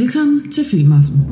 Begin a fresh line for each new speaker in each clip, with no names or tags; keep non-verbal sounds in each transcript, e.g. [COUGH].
Velkommen til Filmaften.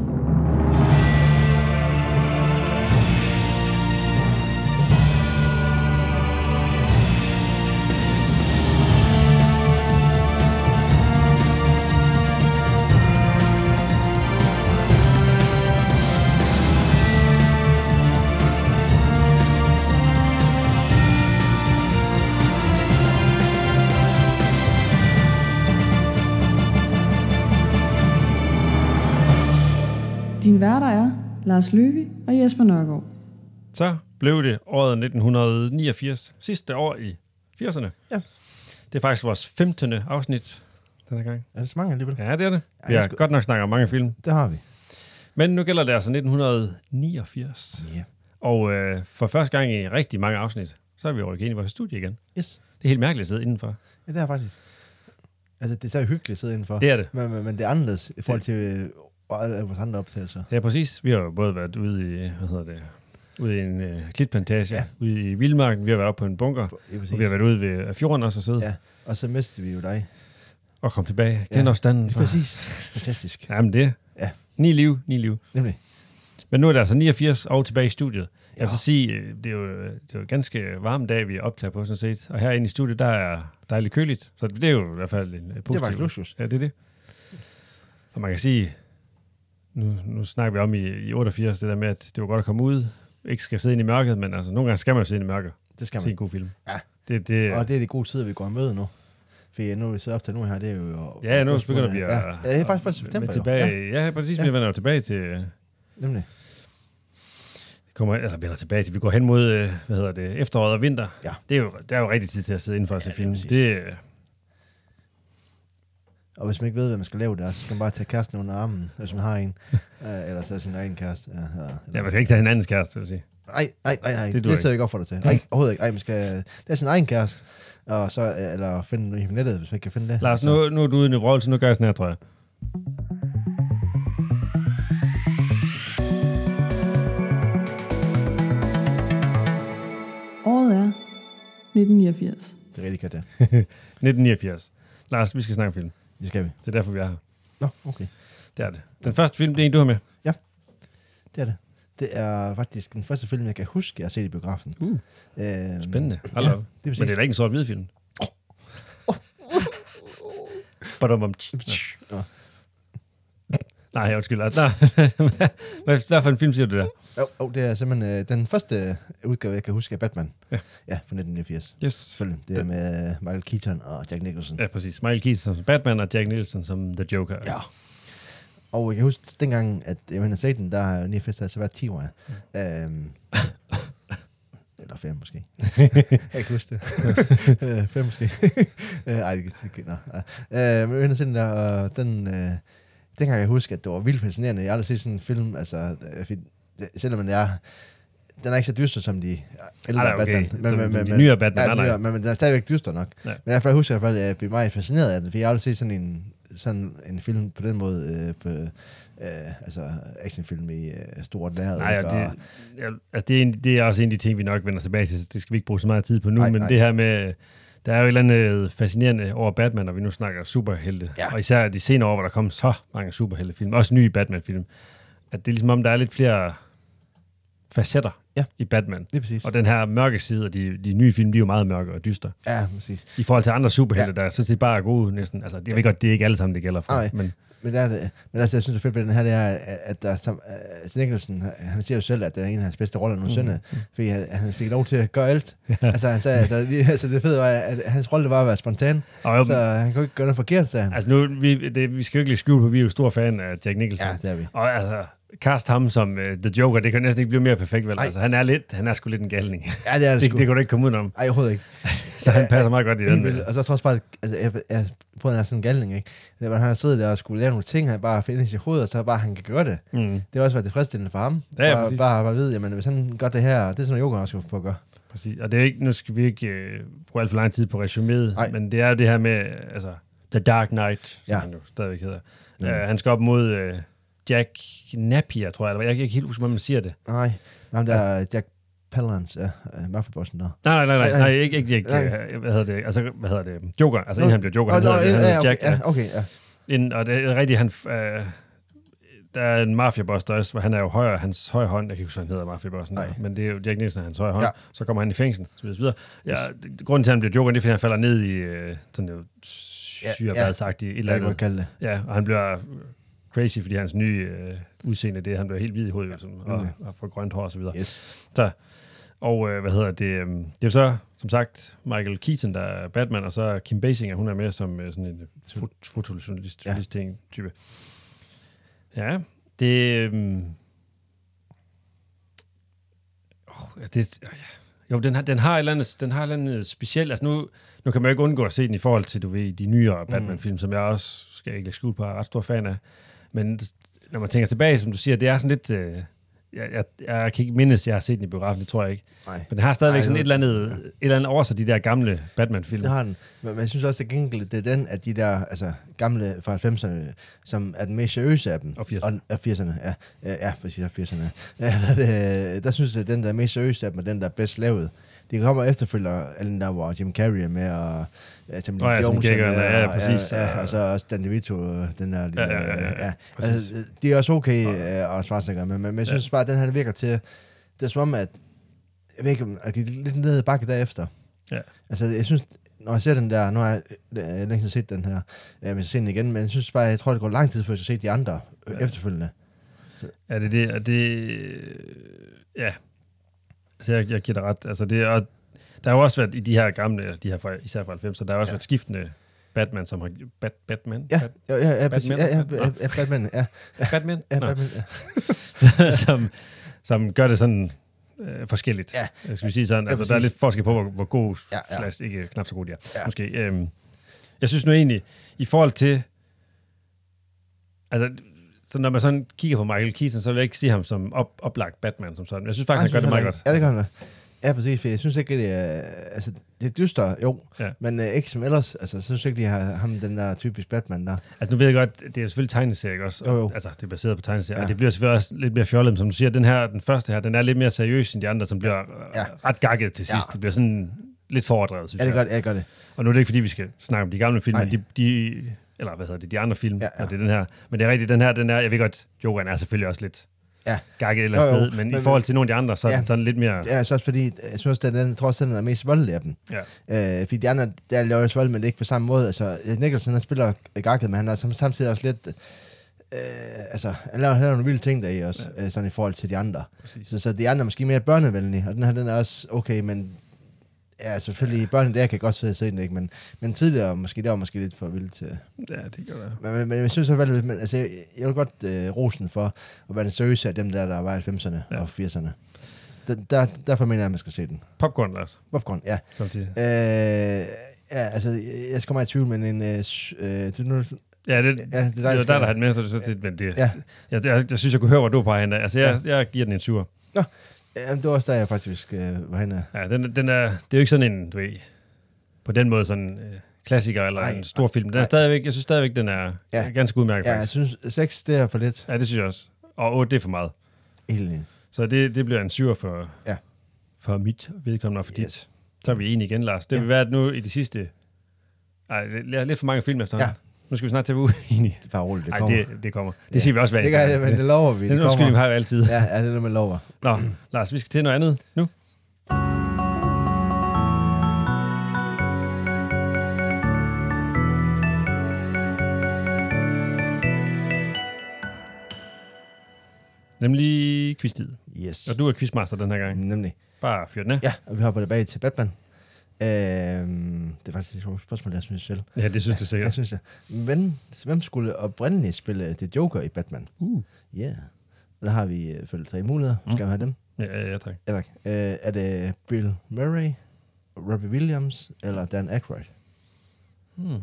Din værter er Lars Lykke og Jesper Nørgaard.
Så blev det året 1989, sidste år i 80'erne.
Ja.
Det er faktisk vores 15. afsnit den her gang.
Er det så mange alligevel?
Ja, det er det. Vi
det er
har
sgu-
godt nok snakket om mange film.
Det har vi.
Men nu gælder det altså 1989.
Ja.
Og øh, for første gang i rigtig mange afsnit, så er vi rykket ind i vores studie igen.
Yes.
Det er helt mærkeligt at sidde indenfor.
Ja, det er faktisk. Altså, det er så hyggeligt at sidde indenfor.
Det er det.
Men, men, men det er anderledes i forhold til øh, alle- alle vores andre optagelser.
Ja, præcis. Vi har jo både været ude i, hvad hedder det, ude i en øh, klitplantage,
Ja.
ja. ude i Vildmarken, vi har været oppe på en bunker,
Ja, præcis.
og vi har været ude ved fjorden også og sidde ja.
Ja, og så mistede vi jo dig.
og komme tilbage.
Ja.
Genopstanden. Ja.
Præcis. Fantastisk.
Jamen det.
Ja.
Ni liv, ni liv.
Nemlig.
Men nu er det altså 89 og tilbage i studiet. Jeg vil
Ja.
så sige, øh, det er, jo, øh, det er jo en ganske varm dag, vi optager på sådan set. Og herinde i studiet, der er dejligt køligt. Så det er jo i hvert fald en øh,
Det var
positiv...
en luksus.
Ja, det er det. Og man kan sige, nu, nu snakker vi om i, i 88, det der med, at det var godt at komme ud. Ikke skal sidde ind i mørket, men altså nogle gange skal man jo sidde ind i mørket.
Det skal
Jamen. Se
man.
en god film.
Ja.
Det, det,
Og det er de gode tider, vi går og møde nu. For ja, nu er vi så op til nu her, det er jo...
ja, nu begynder vi at...
Ja, ja det er faktisk først
at-
september.
med
jo. Ja,
tilbage, ja. ja, præcis. Ja. Vi
Ja.
vender jo tilbage til,
nemlig.
kommer, eller vender tilbage til, vi går hen mod, øh, hvad hedder det, efteråret og vinter.
Ja.
Det er jo, der er jo rigtig tid til at sidde indenfor og se
Ja,
film.
lige præcis.
Det, øh,
Og hvis man ikke ved, hvad man skal lave der, så skal man bare tage kæresten under armen, hvis man
[LAUGHS]
har en. Øh, eller så sin egen kæreste. Ja, eller,
ja, man skal ikke tage hinandens kæreste, vil jeg sige.
Nej, nej, nej, nej.
Det
Det,
duer
det tør jeg ikke op for dig til. Nej, overhovedet ikke. Ej, man skal... Det er sin egen kæreste. Og så, øh, eller finde noget i nettet, hvis man ikke kan finde det.
Lars,
Så-
nu, nu er du ude i Nevrol, så nu gør jeg sådan her, tror jeg.
Året er 1989.
Det er rigtig godt, ja.
1989. Lars, vi skal snakke om film.
Det skal vi.
Det er derfor, vi er her.
Nå, okay.
Det er det. Den første film, det er en, du har med.
Det er det. Det er faktisk den første film, jeg kan huske, jeg har set i biografen.
Uh,
Øhm,
Spændende.
Ja,
Hallo.
det er
Men det
præcis.
er da ikke en sort-hvid film. Badum, bom, tsch.
Nå.
Nej, undskyld. Lars. Nej. [LAUGHS] Hvad hvad for en film siger du der?
Jo, jo, det er simpelthen øh, den første udgave, jeg kan huske af Batman.
Ja.
Ja, fra 1989.
Yes.
Selvfølgelig. Det er med øh, Michael Keaton og Jack Nicholson.
Ja, præcis. Michael Keaton som Batman og Jack Nielsen som The Joker.
Ja. Og jeg kan huske dengang, at jeg havde set den, der har Nia Fest altså været 10 år. Ja. Øhm, eller 5
[LAUGHS]
måske. jeg kan huske det. 5 måske. Øh, Ej, det kan det kan- nå, nej. Øh, Men jeg havde set den der, og den, øh, dengang jeg husker, at det var vildt fascinerende. Jeg har aldrig set sådan en film, altså, øh, fordi det- selvom den er, den er ikke så dyster som de øh, ældre
Ej, nej, okay.
Batman.
Som de nyere Batman, nej,
ja,
nej.
nyere, men, men den er stadigvæk dyster nok.
Ja.
Ja. Men jeg husker i hvert fald, at jeg blev meget fascineret af den, for jeg har aldrig set sådan en, sådan en film på den måde, øh, på, øh, altså actionfilm i øh, stort lærred.
Nej, og
ikke? og,
det, ja, altså det, er en, det er også en af de ting, vi nok vender tilbage til, så det skal vi ikke bruge så meget tid på nu, nej,
Nej,
men nej.
nej.
det her med, der er jo et eller andet fascinerende over Batman, når vi nu snakker superhelte,
Ja.
og især de senere år, hvor der kom så mange superheltefilm, også nye Batman-film, at det er ligesom om, der er lidt flere facetter
Ja.
i Batman.
det er præcis.
Og den her mørke side, og de, de nye film, de er jo meget mørke og dyster.
ja, præcis.
I forhold til andre superhelte, ja. der sådan set bare er gode næsten. Altså, jeg ved godt, det er ikke alle sammen, det gælder for.
Nej.
Men
Men, der, er det- men altså, jeg synes, det fedt ved den her, det er, at- at der er som, uh, Nicholson, han- han siger jo selv, at det er en af hans bedste roller nogensinde, mm. fordi han, han, fik lov til at gøre
[LAUGHS]
alt. altså, han sagde, altså, lige, altså, det fede var, at hans rolle var at være spontan,
og jo,
så han kunne ikke gøre noget forkert, sagde han.
altså nu, vi, det, vi skal jo ikke lige skjule på, at vi er jo stor fan af Jack Nicholson.
ja, det er vi.
Og altså, cast ham som uh, The Joker, det kan næsten ikke blive mere perfekt, vel?
Nej.
Altså, han er lidt, han er sgu lidt en galning.
Ja, det er det,
Det,
sgu.
det, kan du ikke komme udenom.
Ej, overhovedet ikke.
Så han passer meget godt i den.
Helt vildt. Og så tror jeg også bare, at altså, jeg, jeg prøvede, at han er sådan en galning, ikke? Det var, at han sidder der og skulle lave nogle ting, han bare finder i sit hoved, og så bare, han kan gøre det.
Mm,
Det har også været tilfredsstillende for ham.
Ja, ja,
bare,
præcis.
bare, bare vide, jamen, hvis han gør det her, det er sådan noget, Joker også skal få at gøre.
præcis. Og det er ikke, nu skal vi ikke øh, bruge alt for lang tid på resuméet,
Nej.
men det er jo det her med, altså, The Dark Knight, som
Ja.
han jo stadigvæk hedder. Mm.
Ja.
Uh, han skal op mod øh, Jack Napier, tror jeg, eller hvad. jeg kan ikke helt huske, hvordan man siger det.
Nej, ham der
Altså-
Jack Palance, ja, øh, mafia-bossen der.
Nej, nej, nej, nej,
Nej,
nej
nej.
ikke, ikke, ikke
Nej.
øh, hvad hedder det, altså, hvad hedder det, Joker, altså,
Nå,
inden han blev Joker, han
Nå,
hedder, det,
nå,
han
ja,
hedder
okay,
Jack,
ja, okay, ja.
Inden, og det er rigtigt, han, øh, der er en mafiaboss, der også, hvor han er jo højre, hans højre hånd, jeg kan ikke huske, hvad han hedder mafiabossen,
Nej.
men det er jo Jack Nielsen, er hans højre hånd,
Ja.
ja. så kommer han i fængsel, så videre, så videre. Ja, det- grunden til, at han bliver joker, det er, fordi han falder ned i øh, sådan jo
Ja, ja.
syrebadsagtigt et eller
Jeg kan
andet.
godt kalde det.
Ja, og han bliver crazy, fordi hans nye øh, udseende, det er, at han bliver helt hvid i hovedet, ja, og,
nemlig.
og får grønt hår og så videre.
Yes.
Så, og øh, hvad hedder det? Øh, det er jo så, som sagt, Michael Keaton, der er Batman, og så Kim Basinger, hun er med som øh, sådan en fo- fotojournalist
Ja.
ja. ting type. Ja, det... Øh, oh, det øh, ja. jo, den har, den har et eller andet, den har et eller andet specielt. Altså nu, nu kan man jo ikke undgå at se den i forhold til, du ved, de nyere Batman-film, som jeg også, skal jeg ikke lægge skjul på, er ret stor fan af. Men når man tænker tilbage, som du siger, det er sådan lidt... Øh, jeg, jeg, jeg kan ikke mindes, jeg har set den i biografen, det tror jeg ikke.
Nej.
Men den har stadigvæk
Nej,
Ej, sådan
det-
et eller, andet, et eller andet over sig, de der gamle Batman-film.
Det har den. Men, men jeg synes også, at gengæld, det er den af de der altså, gamle fra 90'erne, som er den mest seriøse af dem.
Og 80'erne.
Og, og 80'erne, ja. Øh, Ja, præcis, og 80'erne. [LAUGHS] Ja, hvad er det? øh, der synes jeg, at den der er mest seriøse af dem, er den, der er bedst lavet. De kommer efterfølger, alle den der, hvor Jim Carrey er med, og ja, Tim
Nå ja, Tom Gagger, ja, præcis.
Ja, ja, og så også Dan DeVito, øh, den der... lille,
Ja, ja, ja, ja,
øh,
præcis.
Altså, øh, det er også okay øh, at svare med, men, men jeg
Ja.
synes bare, at den her virker til... Det er som om, at... Jeg ved ikke, om- at det er lidt ned ad bakke derefter. Altså, jeg synes, når jeg ser den der, nu har jeg øh, længe siden set den her, øh, men jeg ser den igen, men jeg synes bare, jeg tror, det går lang tid, før jeg ser de andre øh,
Ja.
efterfølgende.
Er det det? Er det... Ja. Altså, jeg, jeg giver dig ret. Altså, det er, og der har jo også været i de her gamle, de her fra, især fra 90'erne, der har også
Ja.
ja. været skiftende Batman, som har... Bat, Batman?
Ja,
Bat,
ja, ja, ja, præcis. ja,
Batman?
ja, ja, ja, Batman, ja,
Batman?
ja,
Nå.
Batman, ja.
[LAUGHS] som, som gør det sådan øh, forskelligt.
Ja.
Øh, Skal vi sige sådan.
Ja,
altså, der er
præcis.
lidt forskel på, hvor, hvor god
Ja,
ja,
ja.
ja. Flash, ikke knap så god de er.
Ja.
Ja. Måske. Øhm, jeg synes nu egentlig, i forhold til... Altså, så når man sådan kigger på Michael Keaton, så vil jeg ikke sige ham som op, oplagt Batman som sådan. Jeg synes faktisk,
Ej,
han gør det meget
Ah, synes
godt.
jeg, Ja, det gør han. da. Ja, præcis, for jeg synes ikke, det er, altså, det er dyster, jo,
Ja.
men øh, ikke som ellers, altså, så synes jeg ikke, de har ham, den der typisk Batman der.
Altså nu ved jeg godt, det er jo selvfølgelig tegneserie, ikke også?
Jo, jo.
Altså, det er baseret på tegneserie, ja.
Ja.
og det bliver selvfølgelig også lidt mere fjollet, men som du siger, den her, den første her, den er lidt mere seriøs end de andre, som bliver
Ja.
ja. ret gakket til
Ja.
sidst. Ja. Det bliver sådan lidt foroverdrevet, synes
Ja, det
jeg.
gør det, ja, det gør det.
Og nu er det ikke, fordi vi skal snakke om de gamle film,
Nej.
men de, de, eller hvad hedder det, de andre film,
Ja,
ja,
ja.
ja. og det er den her. Men det er rigtigt, den her, den er, jeg ved godt, Jokeren er selvfølgelig også lidt
Ja.
gakket et eller
Jo,
andet
jo,
sted, men,
men-
i forhold til nogle af de andre, så er
Ja.
den sådan lidt mere...
Ja, så også fordi, jeg synes, den, den, jeg tror også, den er mest voldelig af dem.
Ja.
Øh, fordi de andre, der laver også vold, men ikke på samme måde. Altså, Nicholson, han spiller gakket, men han er sam- samtidig også lidt... Øh, altså, han laver, han laver nogle vilde ting der i også, ja. øh, sådan i forhold til de andre.
Præcis.
Så, så de andre er måske mere børnevenlige, og den her, den er også okay, men... Ja, selvfølgelig, ja. børnene der kan godt se se den, ikke? Men, men tidligere, måske, der var måske lidt for vildt til...
Ja, det kan være.
Men, men, men jeg synes alligevel, men, altså, jeg, jeg vil godt øh, rosen for at være den seriøse af dem der, der var i 90'erne ja.
Ja.
og 80'erne. Den, der, derfor mener jeg, at man skal se den.
Popcorn, Lars.
Popcorn, ja.
Kom til.
Øh, ja, altså, jeg jeg skal meget i tvivl, men en... Øh, s- øh, det, er nu,
Ja, det,
ja, det er
der,
dig,
jo, der, der har
han.
den med, så det er sådan set, men det,
Ja.
ja. jeg, jeg, jeg, synes, jeg kunne høre, hvor du peger hen. Altså, jeg, ja. jeg giver den en tur.
Ja, det var også der, jeg faktisk øh, var henne.
Ja, den, den er, det er jo ikke sådan en, du ved, på den måde sådan øh, klassiker eller
Nej,
en stor film. Den er
nej.
stadigvæk, jeg synes stadigvæk, den er
Ja.
ja. ganske udmærket,
Ja, altså-
ja,
jeg
faktisk.
synes, sex, det er for lidt.
Ja, det synes jeg også. Og 8, det er for meget.
Helt enig.
Så det, det bliver en syver for,
Ja.
ja. for mit vedkommende og for dit. Yes.
Yes.
Så er vi enige igen, Lars. Det
Ja.
vil være, at nu i de sidste... Ej, lidt lidt for mange film efterhånden. Ja. Nu skal vi snart til at være uenige.
Det er bare roligt, det
Ej,
kommer.
det, det kommer. Det
Ja.
ja. siger vi også hver
det gør det, men det lover vi.
Den undskyldning har vi altid. Ja.
Ja, ja, det er det, man lover.
Nå, Lars, vi skal til noget andet nu. Nemlig quiztid.
Yes.
Og du er quizmaster den her gang.
Nemlig.
Bare fyr den af.
Ja, og vi hopper tilbage til Batman. Øhm, det er faktisk et sjovt spørgsmål, jeg synes selv.
Ja, det synes du
Ja. Jeg
sikkert.
synes, jeg. Men hvem skulle oprindeligt spille The Joker i Batman?
Uh.
Ja. Yeah. Der har vi øh, følge tre muligheder. Skal
Mm.
vi have dem?
Ja, ja, ja, tak.
Ja, tak. Øh, er det Bill Murray, Robbie Williams eller Dan Aykroyd?
Hmm.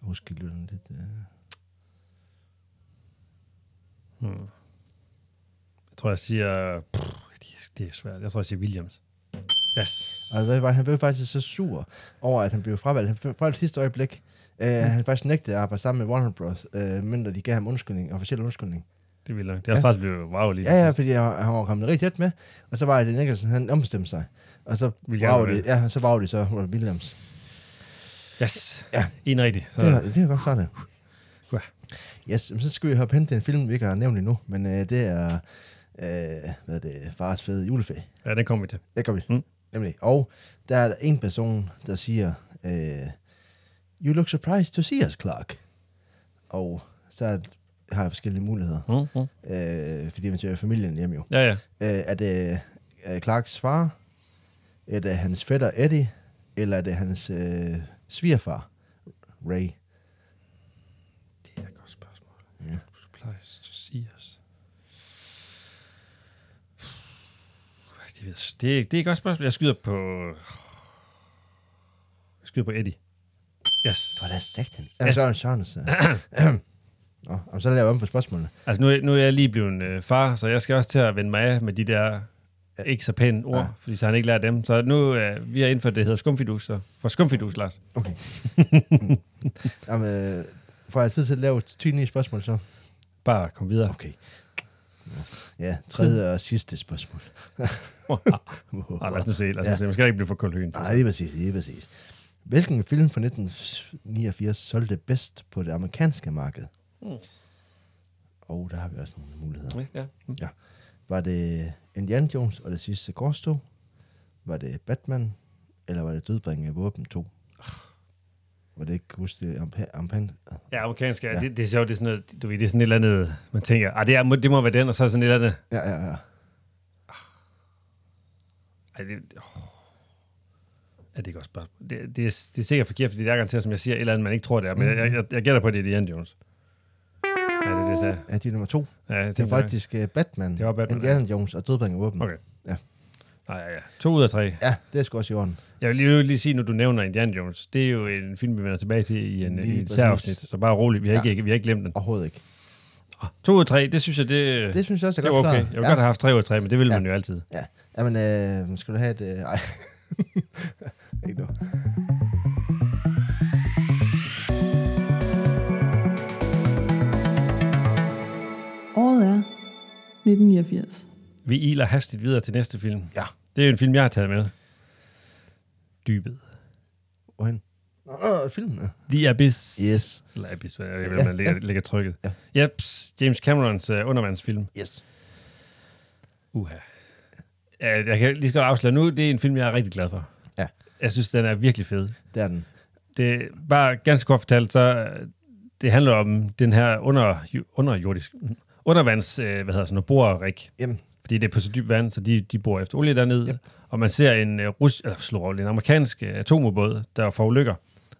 Husk lige den lidt. Øh.
Hmm. Jeg tror, jeg siger... Pff, det er svært. Jeg tror, jeg siger Williams. Yes.
Og det var, han blev faktisk så sur over, at han blev fravalgt. Han blev fravalgt sidste øjeblik. Øh,
Hmm.
han faktisk nægtede at arbejde sammen med Warner Bros., øh, mindre de gav ham undskyldning, officiel undskyldning.
Det er vildt nok. Det er også faktisk blevet wow lige.
Ja, ja,
til sidst.
fordi han, han var kommet rigtig tæt med, og så var det Nicholson, han ombestemte sig. Og så
Ville
var
gerne
det, ja, så var det så Robert Williams.
Yes.
Ja.
En rigtig. Så,
Det var, det var godt sådan.
Hva?
Yes, men så skal vi hoppe hen til en film, vi ikke har nævnt endnu, men øh, det er, øh, hvad er det, Fars Fede Juleferie.
Ja, det kommer vi til.
Det gør vi.
Mm.
Mm. Nemlig. Og der er en person, der siger, øh, You look surprised to see us, Clark. Og så er- har jeg forskellige muligheder,
Mm-hmm.
øh, fordi man ser familien hjemme jo.
Ja, ja.
Øh, er det øh, Clarks far? Er det hans fætter Eddie? Eller er det hans øh, svigerfar, Ray?
Det er et godt spørgsmål.
Ja.
Supplies to see us. Det, ved, jeg- det, er- det er et godt spørgsmål. Jeg skyder på... Jeg skyder på Eddie. Yes.
Hvor er det sagt den?
Yes.
Jamen, så er det Søren, så. [CLEARS THROAT] Nå, jamen, så laver jeg om på spørgsmålene.
Altså, nu, er- nu er jeg lige blevet øh, far, så jeg skal også til at vende mig af med de der
Ja.
ikke så pæne ord,
Nej.
fordi så har han ikke lært dem. Så nu øh, vi har indført det, der hedder skumfidus, så for skumfidus, Lars. [LAUGHS]
Okay. Jamen, øh, får jeg tid til at lave 20 nye spørgsmål, så?
Bare kom videre.
Okay. Ja, tredje og sidste spørgsmål.
[LAUGHS] Ah, lad os nu se, lad os nu
Ja.
se. Man skal da ikke blive for kold hyn.
Nej, lige præcis, lige præcis. Hvilken film fra 1989 solgte bedst på det amerikanske marked?
Mm.
Og der har vi også nogle muligheder.
Ja.
Var det Indiana Jones og det sidste korstog? Var det Batman? Eller var det Dødbringende af våben 2? Var det ikke, kan huske det, Ampa- Ampan?
Ja, amerikansk, ja.
Ja.
Det, det, er sjovt, det er sådan noget, du ved, det er sådan et eller andet, man tænker, ah, det, er, må- det må være den, og så er sådan et eller andet,
Ja, ja, ja.
ej, det, oh. ja, det er et godt spørgsmål. Det, det, er, det er sikkert forkert, fordi det er garanteret, som jeg siger, et eller andet, man ikke tror, det er, men jeg, jeg, jeg, jeg gætter på, at det er Indiana Jones. Ja, det er det, jeg sagde.
Er det nummer to?
Ja, jeg
Det
tænkte,
er faktisk øh, Batman,
Det var Batman,
Indiana Jones og Dødbringende af våben.
Okay.
Ja.
Nej, ja, ja. To ud af tre.
Ja, det er sgu også i orden.
Jeg vil lige, lige sige, nu du nævner Indiana Jones, det er jo en film, vi vender tilbage til i en,
Lige
i et
præcis.
særafsnit, så bare roligt, vi har,
Ja.
ikke, vi har ikke glemt den.
Overhovedet ikke.
To ud af tre, det synes jeg, det,
Det synes jeg også er
det var
godt
okay.
klaret.
Jeg ville
ja.
godt have haft tre ud af tre, men det ville
Ja.
man jo altid.
Ja, jamen, øh, skal du have et... Øh, ej. [LAUGHS] ikke nu.
Året er 1989.
Vi iler hastigt videre til næste film.
Ja.
Det er jo en film, jeg har taget med. Dybet.
Hvorhen? Nå, øh, filmen. ja.
The Abyss.
Yes.
Eller Abyss, hvad jeg ved, ja, man lægger, lægger trykket.
Ja.
Ja. Yep, James Camerons uh, undervandsfilm.
Yes.
Uha. Ja, jeg kan lige så godt afsløre nu, det er en film, jeg er rigtig glad for.
Ja.
Jeg synes, den er virkelig fed.
Det er den.
Det bare ganske kort fortalt, så øh, det handler om den her under, underjordisk, undervands, øh, hvad hedder sådan noget, borerik,
Jamen,
fordi det er på så dybt vand, så de, de bor efter olie dernede. Yep. Og man ser en, uh, rus, eller, slår en amerikansk uh, atomubåd, der forulykker.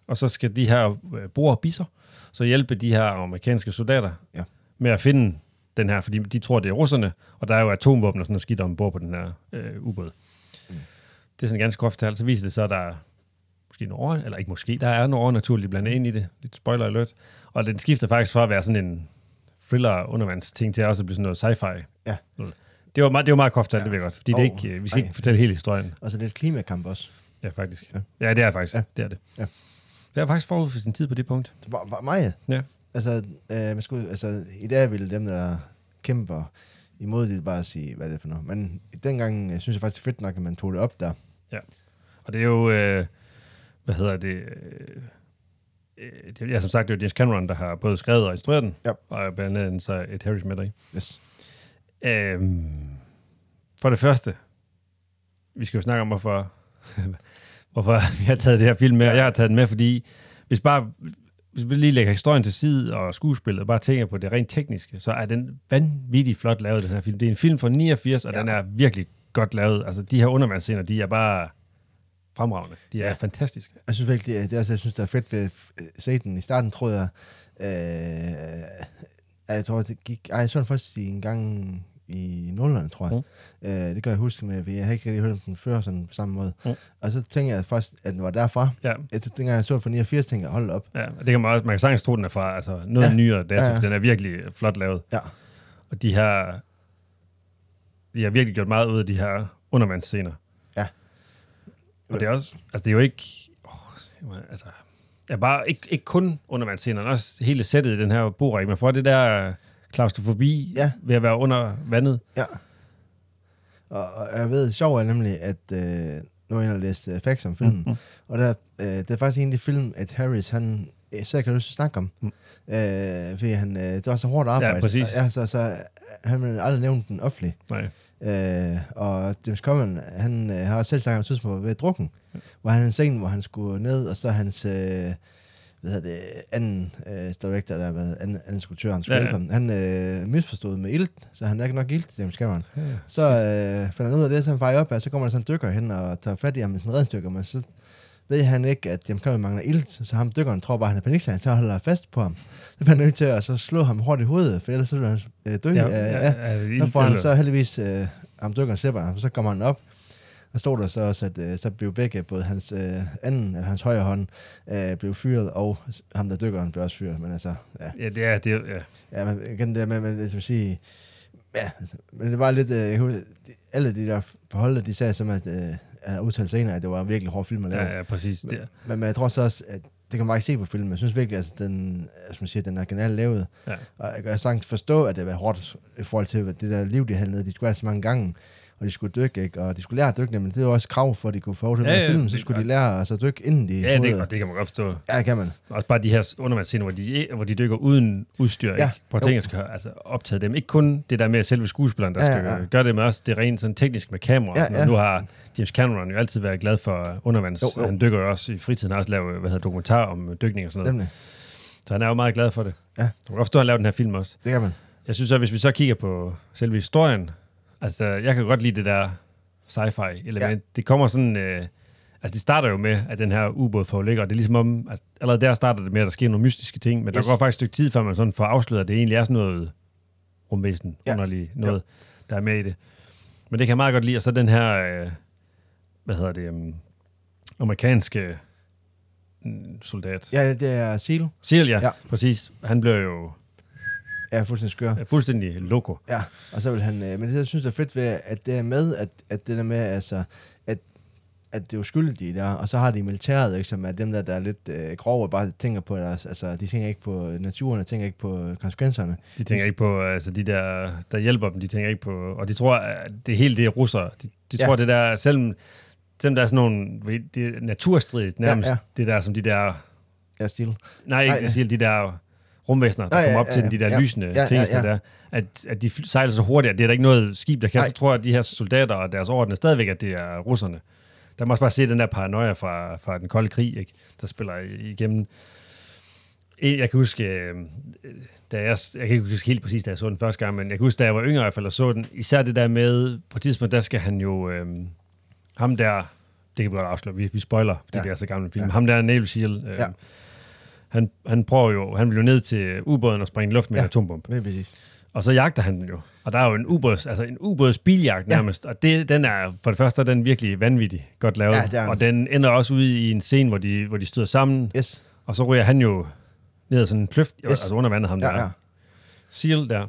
Og så skal de her uh, borer biser, så hjælpe de her amerikanske soldater
Ja.
med at finde den her, fordi de tror, det er russerne, og der er jo atomvåben og sådan noget skidt ombord på den her øh, ubåd. Mm. Det er sådan ganske groft talt. Så viser det så, at der er måske en over, eller ikke måske, der er en overnaturlig blandet ind i det. Lidt spoiler alert. Og den skifter faktisk fra at være sådan en thriller undervands ting til også at blive sådan noget sci-fi.
Ja.
Det var meget, det var meget groft talt, ja.
Ja.
det ved jeg godt. Fordi det er
Åh,
ikke, øh, vi skal
ej.
ikke fortælle hele historien.
og så lidt klimakamp også.
Ja, faktisk.
Ja.
Ja, det er faktisk. Ja.
Ja.
Det er det.
Ja.
Det er faktisk forud for sin tid på det punkt.
Det var, var mig.
Ja.
Altså, øh, man skulle, altså, i dag ville dem, der kæmper imod det, bare sige, hvad er det for noget. Men dengang øh, synes jeg faktisk fedt nok, at man tog det op der.
Og det er jo, øh, hvad hedder det, øh, øh, det, ja, som sagt, det er jo James Cameron, der har både skrevet og instrueret den,
Ja.
og blandt andet så et Harris med i.
Yes.
Øhm, for det første, vi skal jo snakke om, hvorfor, [LAUGHS] hvorfor vi har taget det her film med, og jeg har taget den med, fordi hvis bare hvis vi lige lægger historien til side og skuespillet, og bare tænker på det rent tekniske, så er den vanvittigt flot lavet, den her film. Det er en film fra 89, og ja.
Ja.
den er virkelig godt lavet. Altså, de her undervandsscener, de er bare fremragende. De er ja.
Ja.
fantastiske.
Jeg synes virkelig, det er, det er også, jeg synes, det er fedt ved øh, se den. I starten tror jeg, øh, at jeg tror, det gik, ej, jeg så den først i en gang i nullerne, tror jeg. Mm. Øh, det gør jeg huske med, for jeg har ikke rigtig hørt om den før sådan på samme måde.
Mm.
Mm. Og så tænker jeg først, at den var derfra.
Ja,
Jeg synes, dengang jeg så den fra 89, tænker jeg, hold da op.
ja. Og det kan man, også, man kan sagtens tro, den er fra altså noget ja.
Ja.
nyere dato,
Ja,
ja,
ja.
ja. den er virkelig flot lavet.
Ja,
Og de her... De har virkelig gjort meget ud af de her undervandsscener.
Ja.
Og det er også... Altså, det er jo ikke... Oh, altså, ja, bare ikke, ikke kun undervandsscenerne, også hele sættet i den her boræk. Man får det der klaustrofobi
Ja.
ved at være under vandet.
ja. Og, og jeg ved, sjovt er nemlig, at Mm-hmm. øh, nu er jeg inde og læst øh, facts om filmen. Mm. Og der, øh, det er faktisk en af de film, at Harris, han øh, så kan du snakke om. Mm. Øh, fordi han, øh, det var så hårdt arbejde.
præcis.
Og, ja, så, så han ville aldrig nævne den offentligt.
Nej.
Øh, og James Common, han øh, har også selv sagt, at han synes, han var ved drukken. Hvor han er i sengen, hvor han skulle ned, og så hans... Øh, hvad hedder det, anden øh, director, der har været anden, anden skulptør, han skulle
Ja,
ja,
ja.
ja. ham, han øh, misforstod med ilt, så han er ikke nok ilt til James Cameron. Så øh, finder han ud af det, så han vejer op, og så kommer der sådan en dykker hen og tager fat i ham med sådan en redningsdykker, men så ved han ikke, at James Cameron mangler ilt, så ham dykkeren tror bare, at han er panikslagen, så holder han fast på ham. Så bliver han nødt til at så slå ham hårdt i hovedet, for ellers så vil han øh, dø.
Ja,
af-
ja,
af-
ja, ja,
så får han så heldigvis øh, ham dykkeren slipper ham, så kommer han op. Og stod der så også, at øh, så blev begge, både hans øh, anden, eller hans højre hånd, øh, blev fyret, og s- ham der dykkeren blev også fyret. Men altså, ja,
Ja, det er, det er, ja.
ja men igen det der med, med det, som sige, ja, altså, men det var lidt, øh, jeg husker, de- alle de der forholdte, de sagde som, at øh, han udtalte senere, at det var en virkelig hård film at lave.
Ja, ja, præcis. Det er.
Men, men, jeg tror så også, at det kan man bare ikke se på filmen. Jeg synes virkelig, at den, øh, som jeg siger, den er genialt lavet.
Ja.
Og jeg kan sagtens forstå, at det var hårdt i forhold til hvad det der liv, de havde nede. De skulle have så mange gange, og de skulle dykke, ikke? og de skulle lære at dykke, men det var også krav for, at de kunne få lov til at
Ja,
ja,
ja,
filmen,
det
så
er
skulle de
klart.
lære altså, at dykke inden de
Ja, det,
kunne-
kan- det kan man godt forstå.
Ja, kan man.
Også bare de her undervandsscener, hvor de, hvor de dykker uden udstyr,
Ja,
ja, ikke? Hvor
jo.
tingene skal altså, optage dem. Ikke kun det der med at selve skuespilleren, der
Ja,
ja,
ja,
skal
ja.
ja. gøre det, men også det rent sådan teknisk med kamera.
Ja,
Ja, ja.
ja.
Nu har James Cameron jo altid været glad for øh, undervands.
Jo,
Jo,
jo.
jo. Han dykker jo også i fritiden, har også lavet hvad hedder, dokumentar om øh, dykning og sådan noget.
Nemlig.
Så han er jo meget glad for det.
Ja.
Man kan godt forstå, at han lavede den her film også.
Det kan man.
Jeg synes så, hvis vi så kigger på selve historien, altså jeg kan godt lide det der sci-fi element. Ja. Det kommer sådan, øh, altså det starter jo med, at den her ubåd foruligger, og det er ligesom om, altså, allerede der starter det med, at der sker nogle mystiske ting, men yes.
Yes.
der går faktisk et stykke tid, før man sådan får afsløret, at det egentlig er sådan noget rumvæsen,
Ja.
ja. underligt noget, der er med i det. Men det kan jeg meget godt lide, og så den her, øh, hvad hedder det, øh, amerikanske mm, soldat. Ja.
Ja, det er Seal.
Seal, ja,
Ja.
ja, præcis. Han bliver jo
Ja, fuldstændig skør.
øh, fuldstændig loko.
Ja, og så vil han... Øh, men det, jeg synes, det er fedt ved, at det er med, at, at det der med, altså, at, at det er uskyldige der, og så har de militæret, ikke, som er dem der, der er lidt øh, grove og bare tænker på deres... Altså, de tænker ikke på naturen, og tænker ikke på konsekvenserne.
De tænker ikke på, altså de der, der hjælper dem, de tænker ikke på, og de tror, at det hele det er russere. De, de
Ja.
ja. tror, det der, selvom, selvom der er sådan nogle, ved, det er naturstridigt nærmest,
Ja,
ja,
ja.
ja. det der som de der,
Ja,
nej
Seal.
ikke
Nej, ja.
ja. siger, de der rumvæsener, der
Nej,
ja,
ja,
kommer op
ja,
til
ja,
de der
ja.
lysende
Ja, ja,
ting,
ja.
der, at, at de fly- sejler så hurtigt, at det er der ikke noget skib, der kan,
Nej.
så tror jeg, at de her soldater og deres ordner stadigvæk, at det er russerne. Der må også bare se den der paranoia fra, fra den kolde krig, ikke? der spiller i- igennem. En- Jeg kan huske, øh, da jeg, jeg kan ikke huske helt præcis, da jeg så den første gang, men jeg kan huske, da jeg var yngre i hvert fald og så den, især det der med, på et tidspunkt, der skal han jo, øh, ham der, det kan vi godt afsløre, vi, vi spoiler, fordi
Ja.
ja. det er så gammel en film,
Ja.
ja. ham der Neil Shield, øh,
Ja.
ja. han, han prøver jo, han vil jo ned til ubåden og springe i luft med ja.
Ja.
en atombombe.
Det er præcis.
Og så jagter han den jo. Og der er jo en ubåds, altså en ubåds biljagt
Ja.
nærmest. Ja. Og det, den er, for det første er den virkelig vanvittig godt lavet.
Ja, det er den.
og den ender også ude i en scene, hvor de, hvor de støder sammen.
Yes.
Og så ryger han jo ned ad sådan en kløft, yes. altså under vandet ham
Ja,
der.
ja.
Seal der.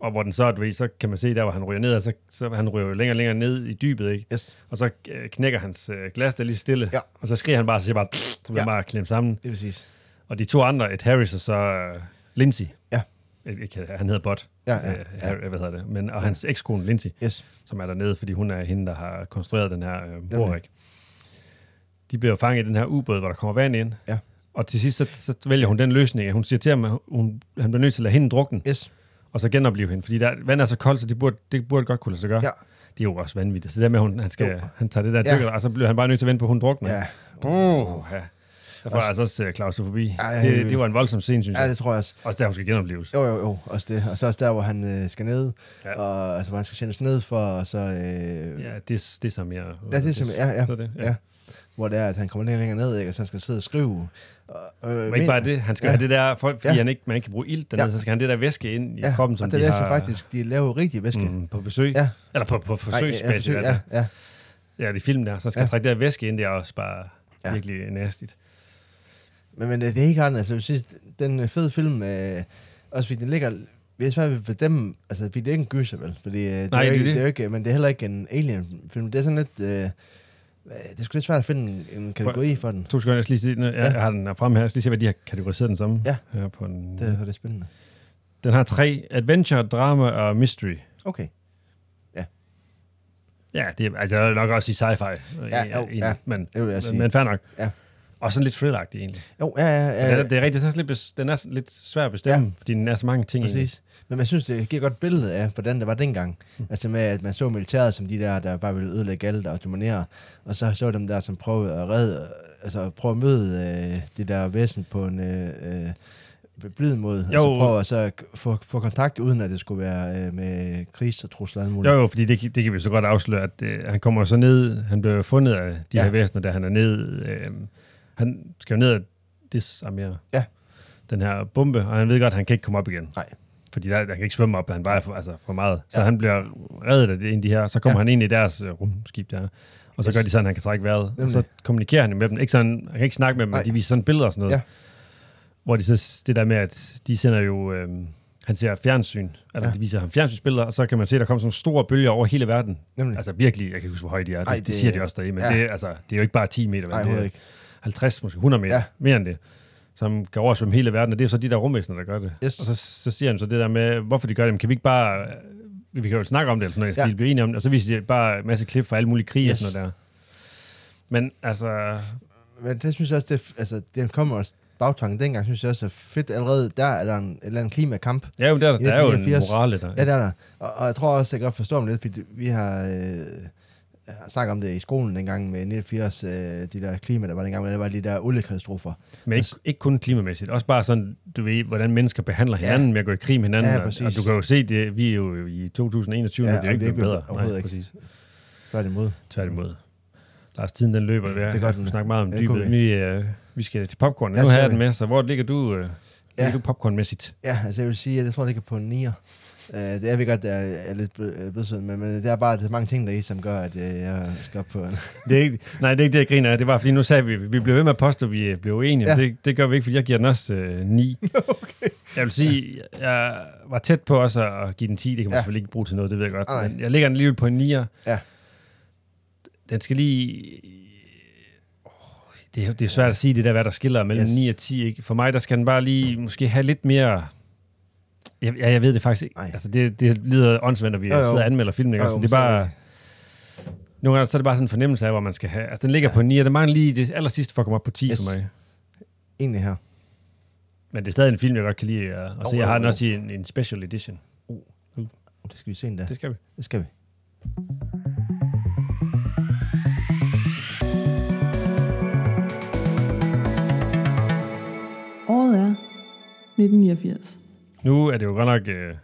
Og hvor den så, du ved, så kan man se der, hvor han ryger ned, og så, så han ryger jo længere og længere ned i dybet, ikke?
Yes.
Og så øh, knækker hans øh, glas der lige stille.
Ja.
Og så skriger han bare, så siger bare, så bliver
Ja.
ja. bare klemt sammen.
Det er præcis.
Og de to andre, et Harris og så øh, Lindsay.
Ja.
Ikke- Ikke, han hedder Bot.
Ja, ja,
Øh,
ja.
Harry, hvad hedder det? Men, og hans ekskone Lindsay,
Yes.
som er dernede, fordi hun er hende, der har konstrueret den her øh,
Nemlig.
borik. De bliver jo fanget i den her ubåd, hvor der kommer vand ind.
Ja.
Og til sidst, så, så vælger hun den løsning. at Hun siger til ham, at hun, han bliver nødt til at lade hende drukne,
Yes.
og så genopleve hende. Fordi der, vandet er så koldt, så det burde, det burde godt kunne lade sig gøre.
Ja.
Det er jo også vanvittigt. Så det der med, at hun, han,
Jo.
skal, han tager det der
Ja.
dykker, og så bliver han bare nødt til at vente på, at hun drukner.
Ja.
Uh, ja. Der får jeg altså også uh, klaustrofobi.
Ej,
det, det var en voldsom scene, synes
ja,
jeg.
det tror jeg også.
Også der, hun skal genopleves.
Jo, jo, jo. Også det. Og så også der, hvor han øh, skal ned. Ja.
Ja.
Og altså, hvor han skal sendes ned for, og så... Øh, ja.
Ja, det, det er som jeg...
Ja, det er simpelthen, ja, ja,
det er det, ja.
ja. Hvor det er, at han kommer længere længere ned, ikke? og så han skal sidde og skrive. Og, øh,
Men ikke bare det, han skal
Ja.
ja. have det der, for- fordi
Ja.
ja. han ikke, man ikke kan bruge ilt dernede,
Ja.
ja. så skal han have det der væske ind i ja. kroppen, som
og det
de
er der,
har
så faktisk, de laver jo rigtig væske.
mm, på besøg.
Ja.
Ja. Eller på, på
ja,
forsøgsbasis.
forsøg,
Ja,
ja,
ja.
ja.
ja, det er film der, så skal
Ja.
ja. trække det der væske ind, det er også bare
Ja.
ja. virkelig nastigt.
Men, men det er helt klart, altså, jeg synes, den er fed film, øh, også fordi den ligger, vi er svært ved at bedømme, altså, fordi det er ikke en gyser, vel? Fordi, øh, det,
Nej,
er jo
det er
ikke,
det.
det. er jo ikke, men det er heller ikke en alien-film. Det er sådan lidt, øh, øh, det er sgu lidt svært at finde en, en kategori for den.
To sekunder, jeg skal lige se, den. jeg,
Ja.
jeg har den her frem her, jeg skal lige se, hvad de har kategoriseret den som.
Ja.
Her på en,
Det er det er spændende.
Den har tre, adventure, drama og mystery.
Okay.
Ja, det er, altså jeg vil nok også sige sci-fi. øh,
Ja, jo,
en-
ja.
Men,
Det vil jeg sige.
men fair nok.
Ja.
Og sådan lidt thrilleragtig egentlig.
Jo, ja, ja,
Øh,
ja.
det, er, det er rigtigt, den er, sådan lidt, bes- den er sådan lidt svær at bestemme, ja. fordi den er så mange ting i.
Præcis. Øh, Men jeg synes, det giver godt et billede af, hvordan det var dengang.
Mm.
Altså med, at man så militæret som de der, der bare ville ødelægge alt og dominere. Og så så dem der, som prøvede at redde, altså prøve at møde øh, det der væsen på en øh, øh, blid måde. Altså
Jo.
prøve at så k- få, få kontakt, uden at det skulle være øh, med krigs og trusler og alt muligt.
Jo, jo, fordi det, kan- det kan vi så godt afsløre, at øh, han kommer så ned, han bliver fundet af de
Ja.
ja. her væsener, da han er ned. Øh, han skal jo ned og disarmere
Ja.
den her bombe, og han ved godt, at han kan ikke komme op igen.
Nej.
Fordi der, han kan ikke svømme op, han vejer for, altså for meget. Så
Ja.
ja. han bliver reddet af det, en af de her, så kommer
Ja.
ja. han ind i deres øh, rumskib der, og så
Yes.
yes. gør de sådan, at han kan trække vejret. Og så
Nemlig.
kommunikerer han jo med dem. Ikke sådan, han kan ikke snakke med dem,
Nej.
men de viser sådan billeder og sådan noget.
Ja.
Hvor de så, det der med, at de sender jo, øh, han ser fjernsyn, altså
Ja.
ja. de viser ham fjernsynsbilleder, og så kan man se, at der kommer sådan nogle store bølger over hele verden.
Nemlig. Altså,
Altså virkelig, jeg kan ikke huske, hvor høje de er.
Ej,
Ej, det,
det-
det, siger de også derinde, men
ja.
ja. det, er- altså, det er jo ikke bare 10 meter, men det
Nej, overhovedet
er
ikke.
50, måske 100 meter,
Ja.
ja. mere end det, som kan oversvømme hele verden, og det er så de der rumvæsener, der gør det.
Yes.
Og så, så siger han så det der med, hvorfor de gør det, men kan vi ikke bare, vi kan jo snakke om det, eller sådan noget,
Ja.
ja. blive enige om det, og så viser de bare en masse klip fra alle mulige krige yes. og
Yes.
sådan noget der. Men altså,
Men det synes jeg også, det, altså, det kommer også bagtanken dengang, synes jeg også er fedt allerede. Der er der en, et eller andet klimakamp,
ja, jo, der, der er jo en
1989.
morale der.
Ja, det er der. Og, og jeg tror også, jeg godt forstår mig lidt, fordi vi har øh, har snakket om det i skolen dengang med 89, øh, de der klima, der var dengang, men det var de der oliekatastrofer.
Men ikke, ikke kun klimamæssigt, også bare sådan, du ved, hvordan mennesker behandler hinanden ja. med at gå i krig med hinanden.
Ja,
og,
præcis.
og du kan jo se, det, vi er jo i 2021,
Ja,
ja, det er jo
og
ikke
det er
blevet bedre.
ikke- overhovedet ikke.
præcis.
Tværtimod.
Tværtimod. Lars, tiden den løber. Jeg,
Det er
det
godt,
godt,
den-
kunne snakke meget om
ja, det kunne
dybet. Vi, øh, vi skal til popcorn.
Ja,
Nu har
skal
jeg
vi.
den med, så hvor ligger du, øh,
Ja.
ja. ligger du popcornmæssigt?
Ja, altså jeg vil sige, at jeg tror, det ligger på en 9'er. Øh, det er vi godt, der er lidt bl- øh, blødsøden, men, men det er bare det er mange ting der i, som gør, at øh, jeg skal op
[LAUGHS]
på en.
Det er ikke, nej, det er ikke det, jeg griner af. Det var, fordi nu sagde vi, vi blev ved med at påstå, at vi øh, blev uenige.
Ja.
Ja. Det, det gør vi ikke, fordi jeg giver den også øh,
[LAUGHS]
9. Okay. Jeg vil sige, jeg var tæt på også at give den 10. Det kan man
Ja.
ja. selvfølgelig ikke bruge til noget, det ved jeg godt.
Nej.
Men jeg ligger den alligevel på en 9'er.
Ja.
Den skal lige... Åh, Det er, det er svært at sige, det der, hvad der skiller mellem
Yes.
yes. 9 og 10. Ikke? For mig, der skal den bare lige måske have lidt mere... Jeg, ja, jeg ved det faktisk ikke.
Nej.
Altså, det, det lyder åndsvendt, at vi
Jo, jo.
sidder og anmelder film. Ikke?
Jo,
Også,
jo,
men det er
men så er
bare...
det-
Nogle gange så er det bare sådan en fornemmelse af, hvor man skal have. Altså, den ligger ja. på 9, og det mangler lige det aller sidste for at komme op på 10
Yes.
yes. for mig.
Egentlig her.
Men det er stadig en film, jeg godt kan lide. Og, og
Jo,
se, jeg
jo,
har den
jo.
også i en, en special edition.
Uh, Det skal vi se endda.
Det skal Mm. vi.
Det skal vi.
Året er 1989.
Nu er det jo godt nok... Øh,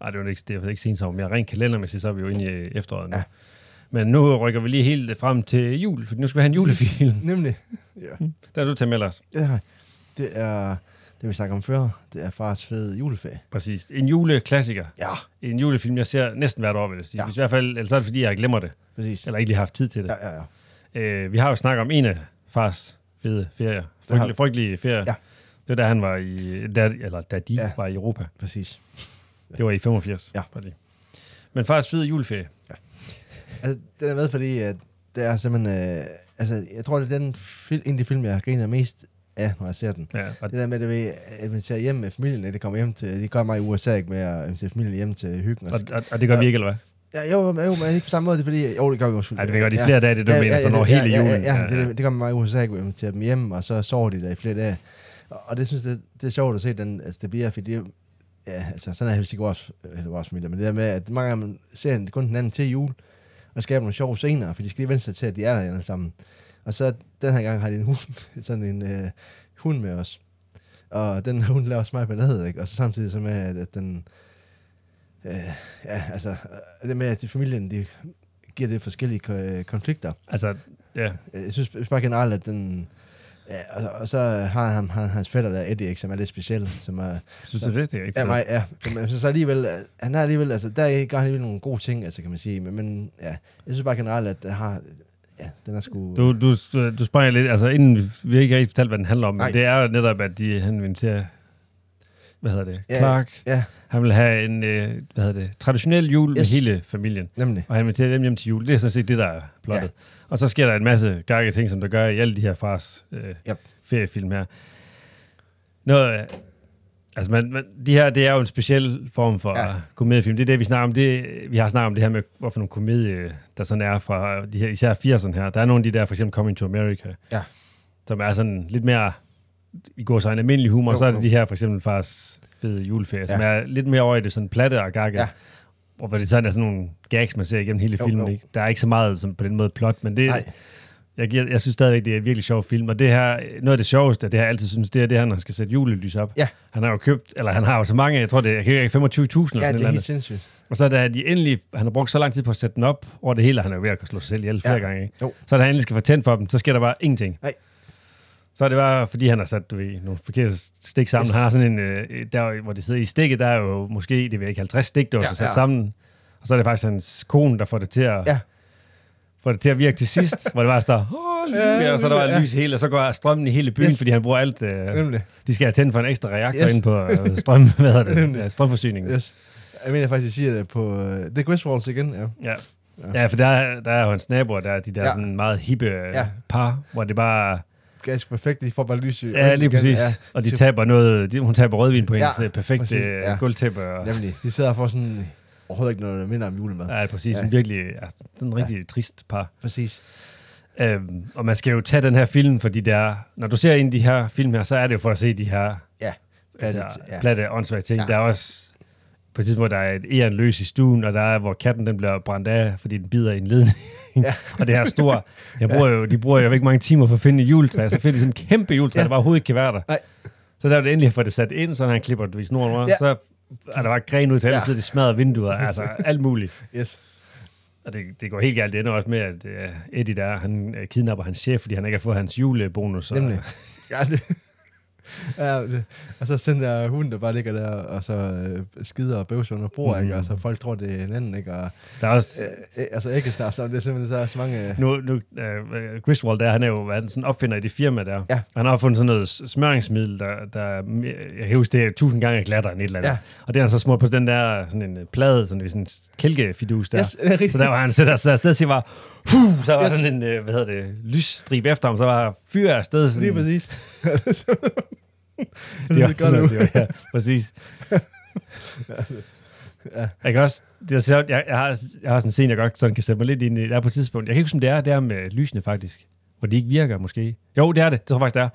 ej, det er jo ikke, det er jo ikke sent men jeg rent kalendermæssigt, så er vi jo inde i øh, efteråret nu.
Ja.
Ja. Men nu rykker vi lige helt frem til jul, for nu skal vi have en
[LAUGHS]
julefilm.
Nemlig. Ja.
Der er du til med, Lars.
Det, her, det er det, vi snakker om før. Det er fars fede juleferie.
Præcis. En juleklassiker.
Ja,
En julefilm, jeg ser næsten hvert år, vil jeg sige.
Ja.
Ja. Hvis i hvert fald, eller så er det, fordi jeg glemmer det.
præcis.
Eller ikke lige har haft tid til det.
Ja, ja, ja.
Øh, vi har jo snakket om en af fars fede ferier.
har vi.
Frygtelige, frygtelige ferier.
Ja.
Det var da han var i, da, eller da de
Ja.
ja. var i Europa.
Præcis.
Det var i 85.
Ja.
Bare lige. Men fars fede juleferie.
Altså, den er med, fordi at det er simpelthen... Øh, altså, jeg tror, det er den fil- en af de film, jeg griner mest af, når jeg ser den.
Ja, og
Det der med, det ved, at man tager hjem med familien, at det kommer hjem til... De gør mig i USA, ikke, med at invitere familien hjem til hyggen. Og,
og, og, og det gør vi ikke, eller hvad?
ja, jo, jo, jo, men ikke på samme måde, det er fordi... Jo, det gør vi også.
Nej, det ved jeg godt. I flere dage, det du
Ja,
mener,
ja,
sådan
ja,
over
ja,
hele
ja,
julen.
Ja, ja, det, det gør man meget i USA, ikke? Vi inviterer dem hjem, og så sover de der i flere dage. Og, og det synes jeg, det er sjovt at se, den, altså, det bliver, fordi det, ja, altså, sådan er helst ikke vores, eller vores familie, men det der med, at mange af dem ser den kun den anden til jul, og skaber nogle sjove scener, for de skal lige vende sig til, at de er der alle sammen. Og så den her gang har de en hund, [LAUGHS] sådan en øh, hund med os. Og den her hund laver også meget ballade, ikke? Og så samtidig så med, at, at den... Øh, ja, altså, øh, det med, at de familien, de giver det forskellige ko- øh, konflikter.
Altså, ja.
Øh, Jeg synes jeg synes bare generelt, at den... Ja, og, og så har han, han hans fætter der, Eddie, ikke, som er lidt speciel. Som er,
Synes du det? Det er ikke
ja,
fedt.
mig, ja. Men jeg synes alligevel, at han er alligevel, altså, der gør han alligevel nogle gode ting, altså, kan man sige. Men, men ja, jeg synes bare generelt, at den har, ja, den er sgu...
Du, du, du springer lidt, altså inden vi- vi har ikke rigtig fortalt, hvad den handler om,
Nej.
men det er jo netop, at de, han vil til, hvad hedder det,
Ja,
Clark,
ja.
han vil have en, øh, hvad hedder det, traditionel jul yes. med
Yes.
hele familien,
Nemlig.
og han inviterer dem hjem til jul, det er sådan set det, der er plottet.
Ja.
Ja. Og så sker der en masse gakke ting, som der gør i alle de her fars øh,
Yep.
feriefilm her. Noget, øh, altså man, man, de her, det er jo en speciel form for
Ja.
ja. komediefilm, det er det, vi snakker om, det, vi har snakket om det her med, hvorfor nogle komedie, der sådan er fra de her, især 80'erne her, der er nogle af de der, for eksempel Coming to America,
Ja.
som er sådan lidt mere i går så en almindelig humor,
Jo,
jo, så er det
jo.
de her for eksempel fars fede juleferie, ja. som
Ja.
er lidt mere over i det sådan platte og gakke.
Ja.
Ja. Og hvor det sådan er sådan nogle gags, man ser igennem hele
Jo,
filmen.
jo.
Ikke? Der er ikke så meget som på den måde plot, men det,
Nej,
jeg, giver, jeg synes stadigvæk, det er en virkelig sjov film, og det her, noget af det sjoveste, det har jeg altid synes, det er det her, når han skal sætte julelys op.
Ja.
Han har jo købt, eller han har jo så mange, jeg tror det er jeg kan ikke- 25.000 eller sådan
ja,
et
det
eller
er helt
andet.
sindssygt.
Og så er der, de endelig, han har brugt så lang tid på at sætte den op over det hele, og han er jo ved at slå sig selv ihjel flere
Ja.
gange. Ikke?
Jo.
Så da han endelig skal få tændt for dem, så sker der bare ingenting.
Nej.
Så er det bare, fordi han har sat du ved, nogle forkerte stik sammen.
Yes.
Yes. Han har sådan en, øh, der hvor det sidder i stikket, der er jo måske, det ved jeg ikke, 50 stikdåser
Ja,
ja, sat
ja.
sammen. Og så er det faktisk hans kone, der får det til at,
Ja.
får det til at virke til
[LAUGHS]
sidst, hvor det bare står, åh,
Ja,
ja, og så er der
ja.
bare lys i hele, og så går strømmen i hele byen,
Yes.
yes. fordi han bruger alt. Øh,
Nemlig.
de skal have tændt for en ekstra reaktor
Yes.
yes. ind på øh, strøm,
[LAUGHS]
hvad hedder det,
Nemlig.
ja, strømforsyningen.
Yes. Jeg mener faktisk, at jeg siger det på uh, The Griswolds igen. Ja.
Ja.
Ja.
Ja, for der, er- der er jo hans naboer, der er de der
Ja.
ja. sådan meget hippe
Ja.
ja. par, hvor det bare...
Ganske perfekt, de får bare lys i
Ja, lige
øjnene igen.
præcis. Ja. Og de taber noget... De, hun taber rødvin på
Ja,
hendes ja, perfekte øh,
præcis, ja.
ja. guldtæppe. Og,
Nemlig, de sidder og får sådan overhovedet ikke noget, der minder om julemad. Ja.
ja, præcis.
Ja.
Ja. Virkelig, ja, sådan en rigtig ja. trist par.
Præcis.
Øhm, og man skal jo tage den her film, fordi det er... Når du ser en af de her film her, så er det jo for at se de her
Ja.
platte, altså,
ja.
ja. platte åndssvage ting.
Ja.
Ja. Der er også på et tidspunkt, der er et æren løs i stuen, og der er, hvor katten den bliver brændt af, fordi den bider i en ledning.
Ja.
Ja. [LAUGHS] og det her store, jeg bruger jo, de bruger jo ikke mange timer for at finde et juletræ, så finder de sådan en kæmpe juletræ,
Ja.
ja. der bare overhovedet ikke kan være der.
Nej.
Så der er det endelig for det sat ind, så han klipper det i snoren over,
Ja.
ja. så er der bare gren ud til alle
Ja.
ja. sider, det smadrer
[LAUGHS]
vinduer, altså alt muligt.
Yes.
Og det, det går helt galt, det ender også med, at uh, Eddie der, han øh, kidnapper hans chef, fordi han ikke har fået hans julebonus.
Så.
og-
Nemlig. [LAUGHS] Ja, det. [LAUGHS] Ja, det. Og så sender jeg hunden, der bare ligger der, og så øh, skider og bøvser under bord, mm. ikke? Og så folk tror, det er en anden, ikke? Og,
Der er også,
øh, øh, altså æggestav, så det er simpelthen så, så mange... Øh,
Nu, nu øh, Griswold der, han er jo hvad er han sådan opfinder i det firma der.
Ja.
Han har fundet sådan noget s- smøringsmiddel, der, der jeg kan huske, det er tusind gange klatter en et eller andet.
Ja.
Og det har han så smurt på den der sådan en øh, plade, sådan, sådan en kælkefidus der.
Yes, [LAUGHS] det er rigtigt.
så der var han sætter sig afsted og siger bare, Puh, så var
Yes.
yes. sådan en, øh, hvad hedder det, lysstrib efter ham, så var fyr afsted. Sådan,
Lige
[LAUGHS]
præcis.
det
er
var,
godt ud.
det var, ja, præcis. ja. Jeg kan også, det er sjovt, jeg, jeg, har, jeg har sådan en scene, jeg godt sådan kan sætte mig lidt ind i. Der er på et tidspunkt, jeg kan ikke huske, om det er, det er med lysene faktisk, hvor de ikke virker måske. Jo, det er det, det tror jeg faktisk, det er.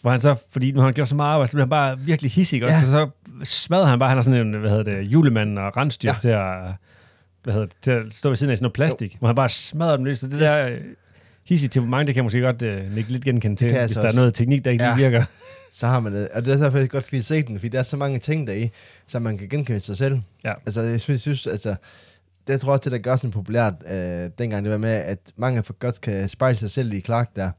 Hvor han så, fordi nu har han gjort så meget arbejde, så bliver han bare virkelig hissig,
Ja.
ja. og så, så smadrer han bare, han har sådan en, hvad hedder det, julemand og rensdyr
Ja.
ja. til at hvad hedder det, til at stå ved siden af sådan noget plastik, jo. hvor han bare smadrer dem løs. Så det
Yes.
yes. der øh, hissige temperament, det kan jeg måske godt øh, nikke lidt genkende til,
kan jeg
hvis
altså
der er
også.
noget teknik, der ikke
Ja.
lige virker.
så har man det. Og det er derfor, jeg godt kan lide at se den, fordi der er så mange ting deri, som man kan genkende sig selv.
Ja.
Altså, jeg synes, synes altså, det tror jeg også, det der gør sådan populært øh, dengang, det var med, at mange for godt kan spejle sig selv i Clark der.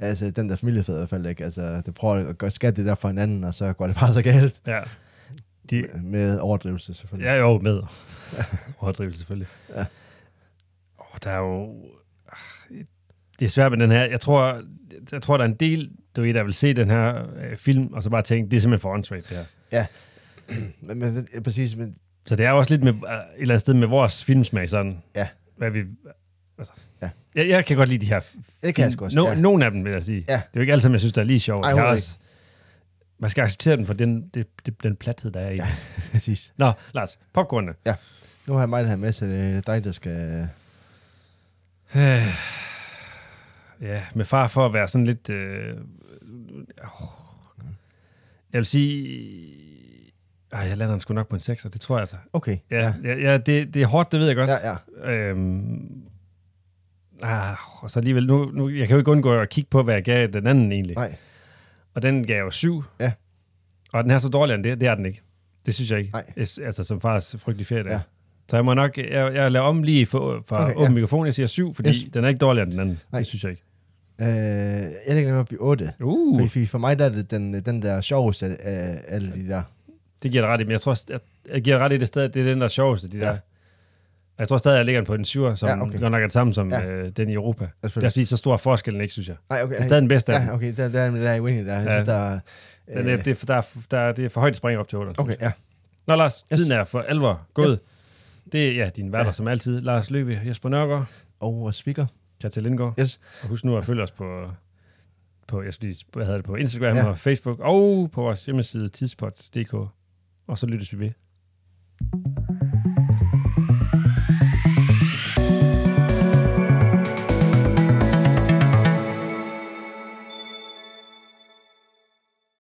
Altså, den der familiefædre i hvert fald, ikke? Altså, det prøver at gøre skat det der for hinanden, og så går det bare så galt.
Ja. De,
Med overdrivelse, selvfølgelig.
Ja, jo, med. Overdrivelse selvfølgelig.
Ja.
Ja. Oh, der er jo... Ah, Det er svært med den her. Jeg tror, jeg tror der er en del, du ved, der vil se den her øh, film, og så bare tænke, det er simpelthen for åndssvagt, det her.
Men, men, ja, præcis, men
Så det er jo også lidt med, øh, et eller andet sted med vores filmsmag, sådan.
Ja.
Hvad vi... Altså,
Ja.
jeg, jeg kan godt lide de her
det kan jeg sgu også.
No,
ja.
Nogle af dem, vil jeg sige.
Ja.
Det er jo ikke alle sammen, jeg synes, der er lige sjovt.
Ej,
Jeg har
overhovedet
også, man skal acceptere den for den, det, det, den plathed, der er i. Ja.
Præcis.
Nå, Lars, popcornene.
Nu har jeg mig det her med, så det er dig, der skal...
Øh, ja, med far for at være sådan lidt... Øh, øh, jeg vil sige... Ej, jeg lander den sgu nok på en 6, det tror jeg altså.
Okay.
Ja, ja. ja, det, det er hårdt, det ved jeg godt.
Ja, ja.
Øhm, ah, og så alligevel, nu, nu, jeg kan jo ikke undgå at kigge på, hvad jeg gav den anden egentlig.
Nej.
Og den gav jeg jo 7.
Ja.
Og den er så dårligere end det, det er den ikke. Det synes jeg ikke.
Nej.
Es- Altså, som fars frygtelig ferie.
Ja.
Ja. Så jeg må nok, jeg, jeg laver om lige for, for
Okay,
okay, åben
ja.
mikrofon, jeg siger 7, fordi
Yes.
yes. den er ikke dårligere end den anden.
Nej.
Det synes jeg ikke.
Øh, jeg lægger nemlig op i 8.
Uh,
Fordi, fordi for mig der er det den, øh, den der sjoveste af alle de der.
det giver dig ret i, men jeg tror, st- jeg, jeg giver dig ret i det sted, at det er den der er sjoveste, de
Ja.
ja. der. Og Jeg tror stadig, jeg ligger den på en 7'er, som
Ja,
ja,
okay.
okay. godt nok er det samme som
Ja.
ja. øh, den i Europa.
Selvfølgelig.
Jeg vil sige, så stor er forskellen ikke, synes jeg.
Nej, okay.
Det Altså, er stadig den bedste af
Ja,
dem.
okay, der, der, er- der er jeg uenig der. Jeg
Ja.
synes, der er,
Den er,
øh,
det, er, for- der, er, der, er, det er for højt spring op til 8.
Okay, ja.
Nå Lars,
Yes.
yes. tiden er for alvor gået. Det er ja, din værter ja. som altid. Lars Løbe, Jesper Nørgaard,
Og oh, speaker.
Katja Lindgaard.
Yes.
Og husk nu at følge os på, på, jeg skulle lige, hvad hedder det, på Instagram
Ja.
ja. og Facebook og på vores hjemmeside tidspots.dk. Og så lyttes vi ved.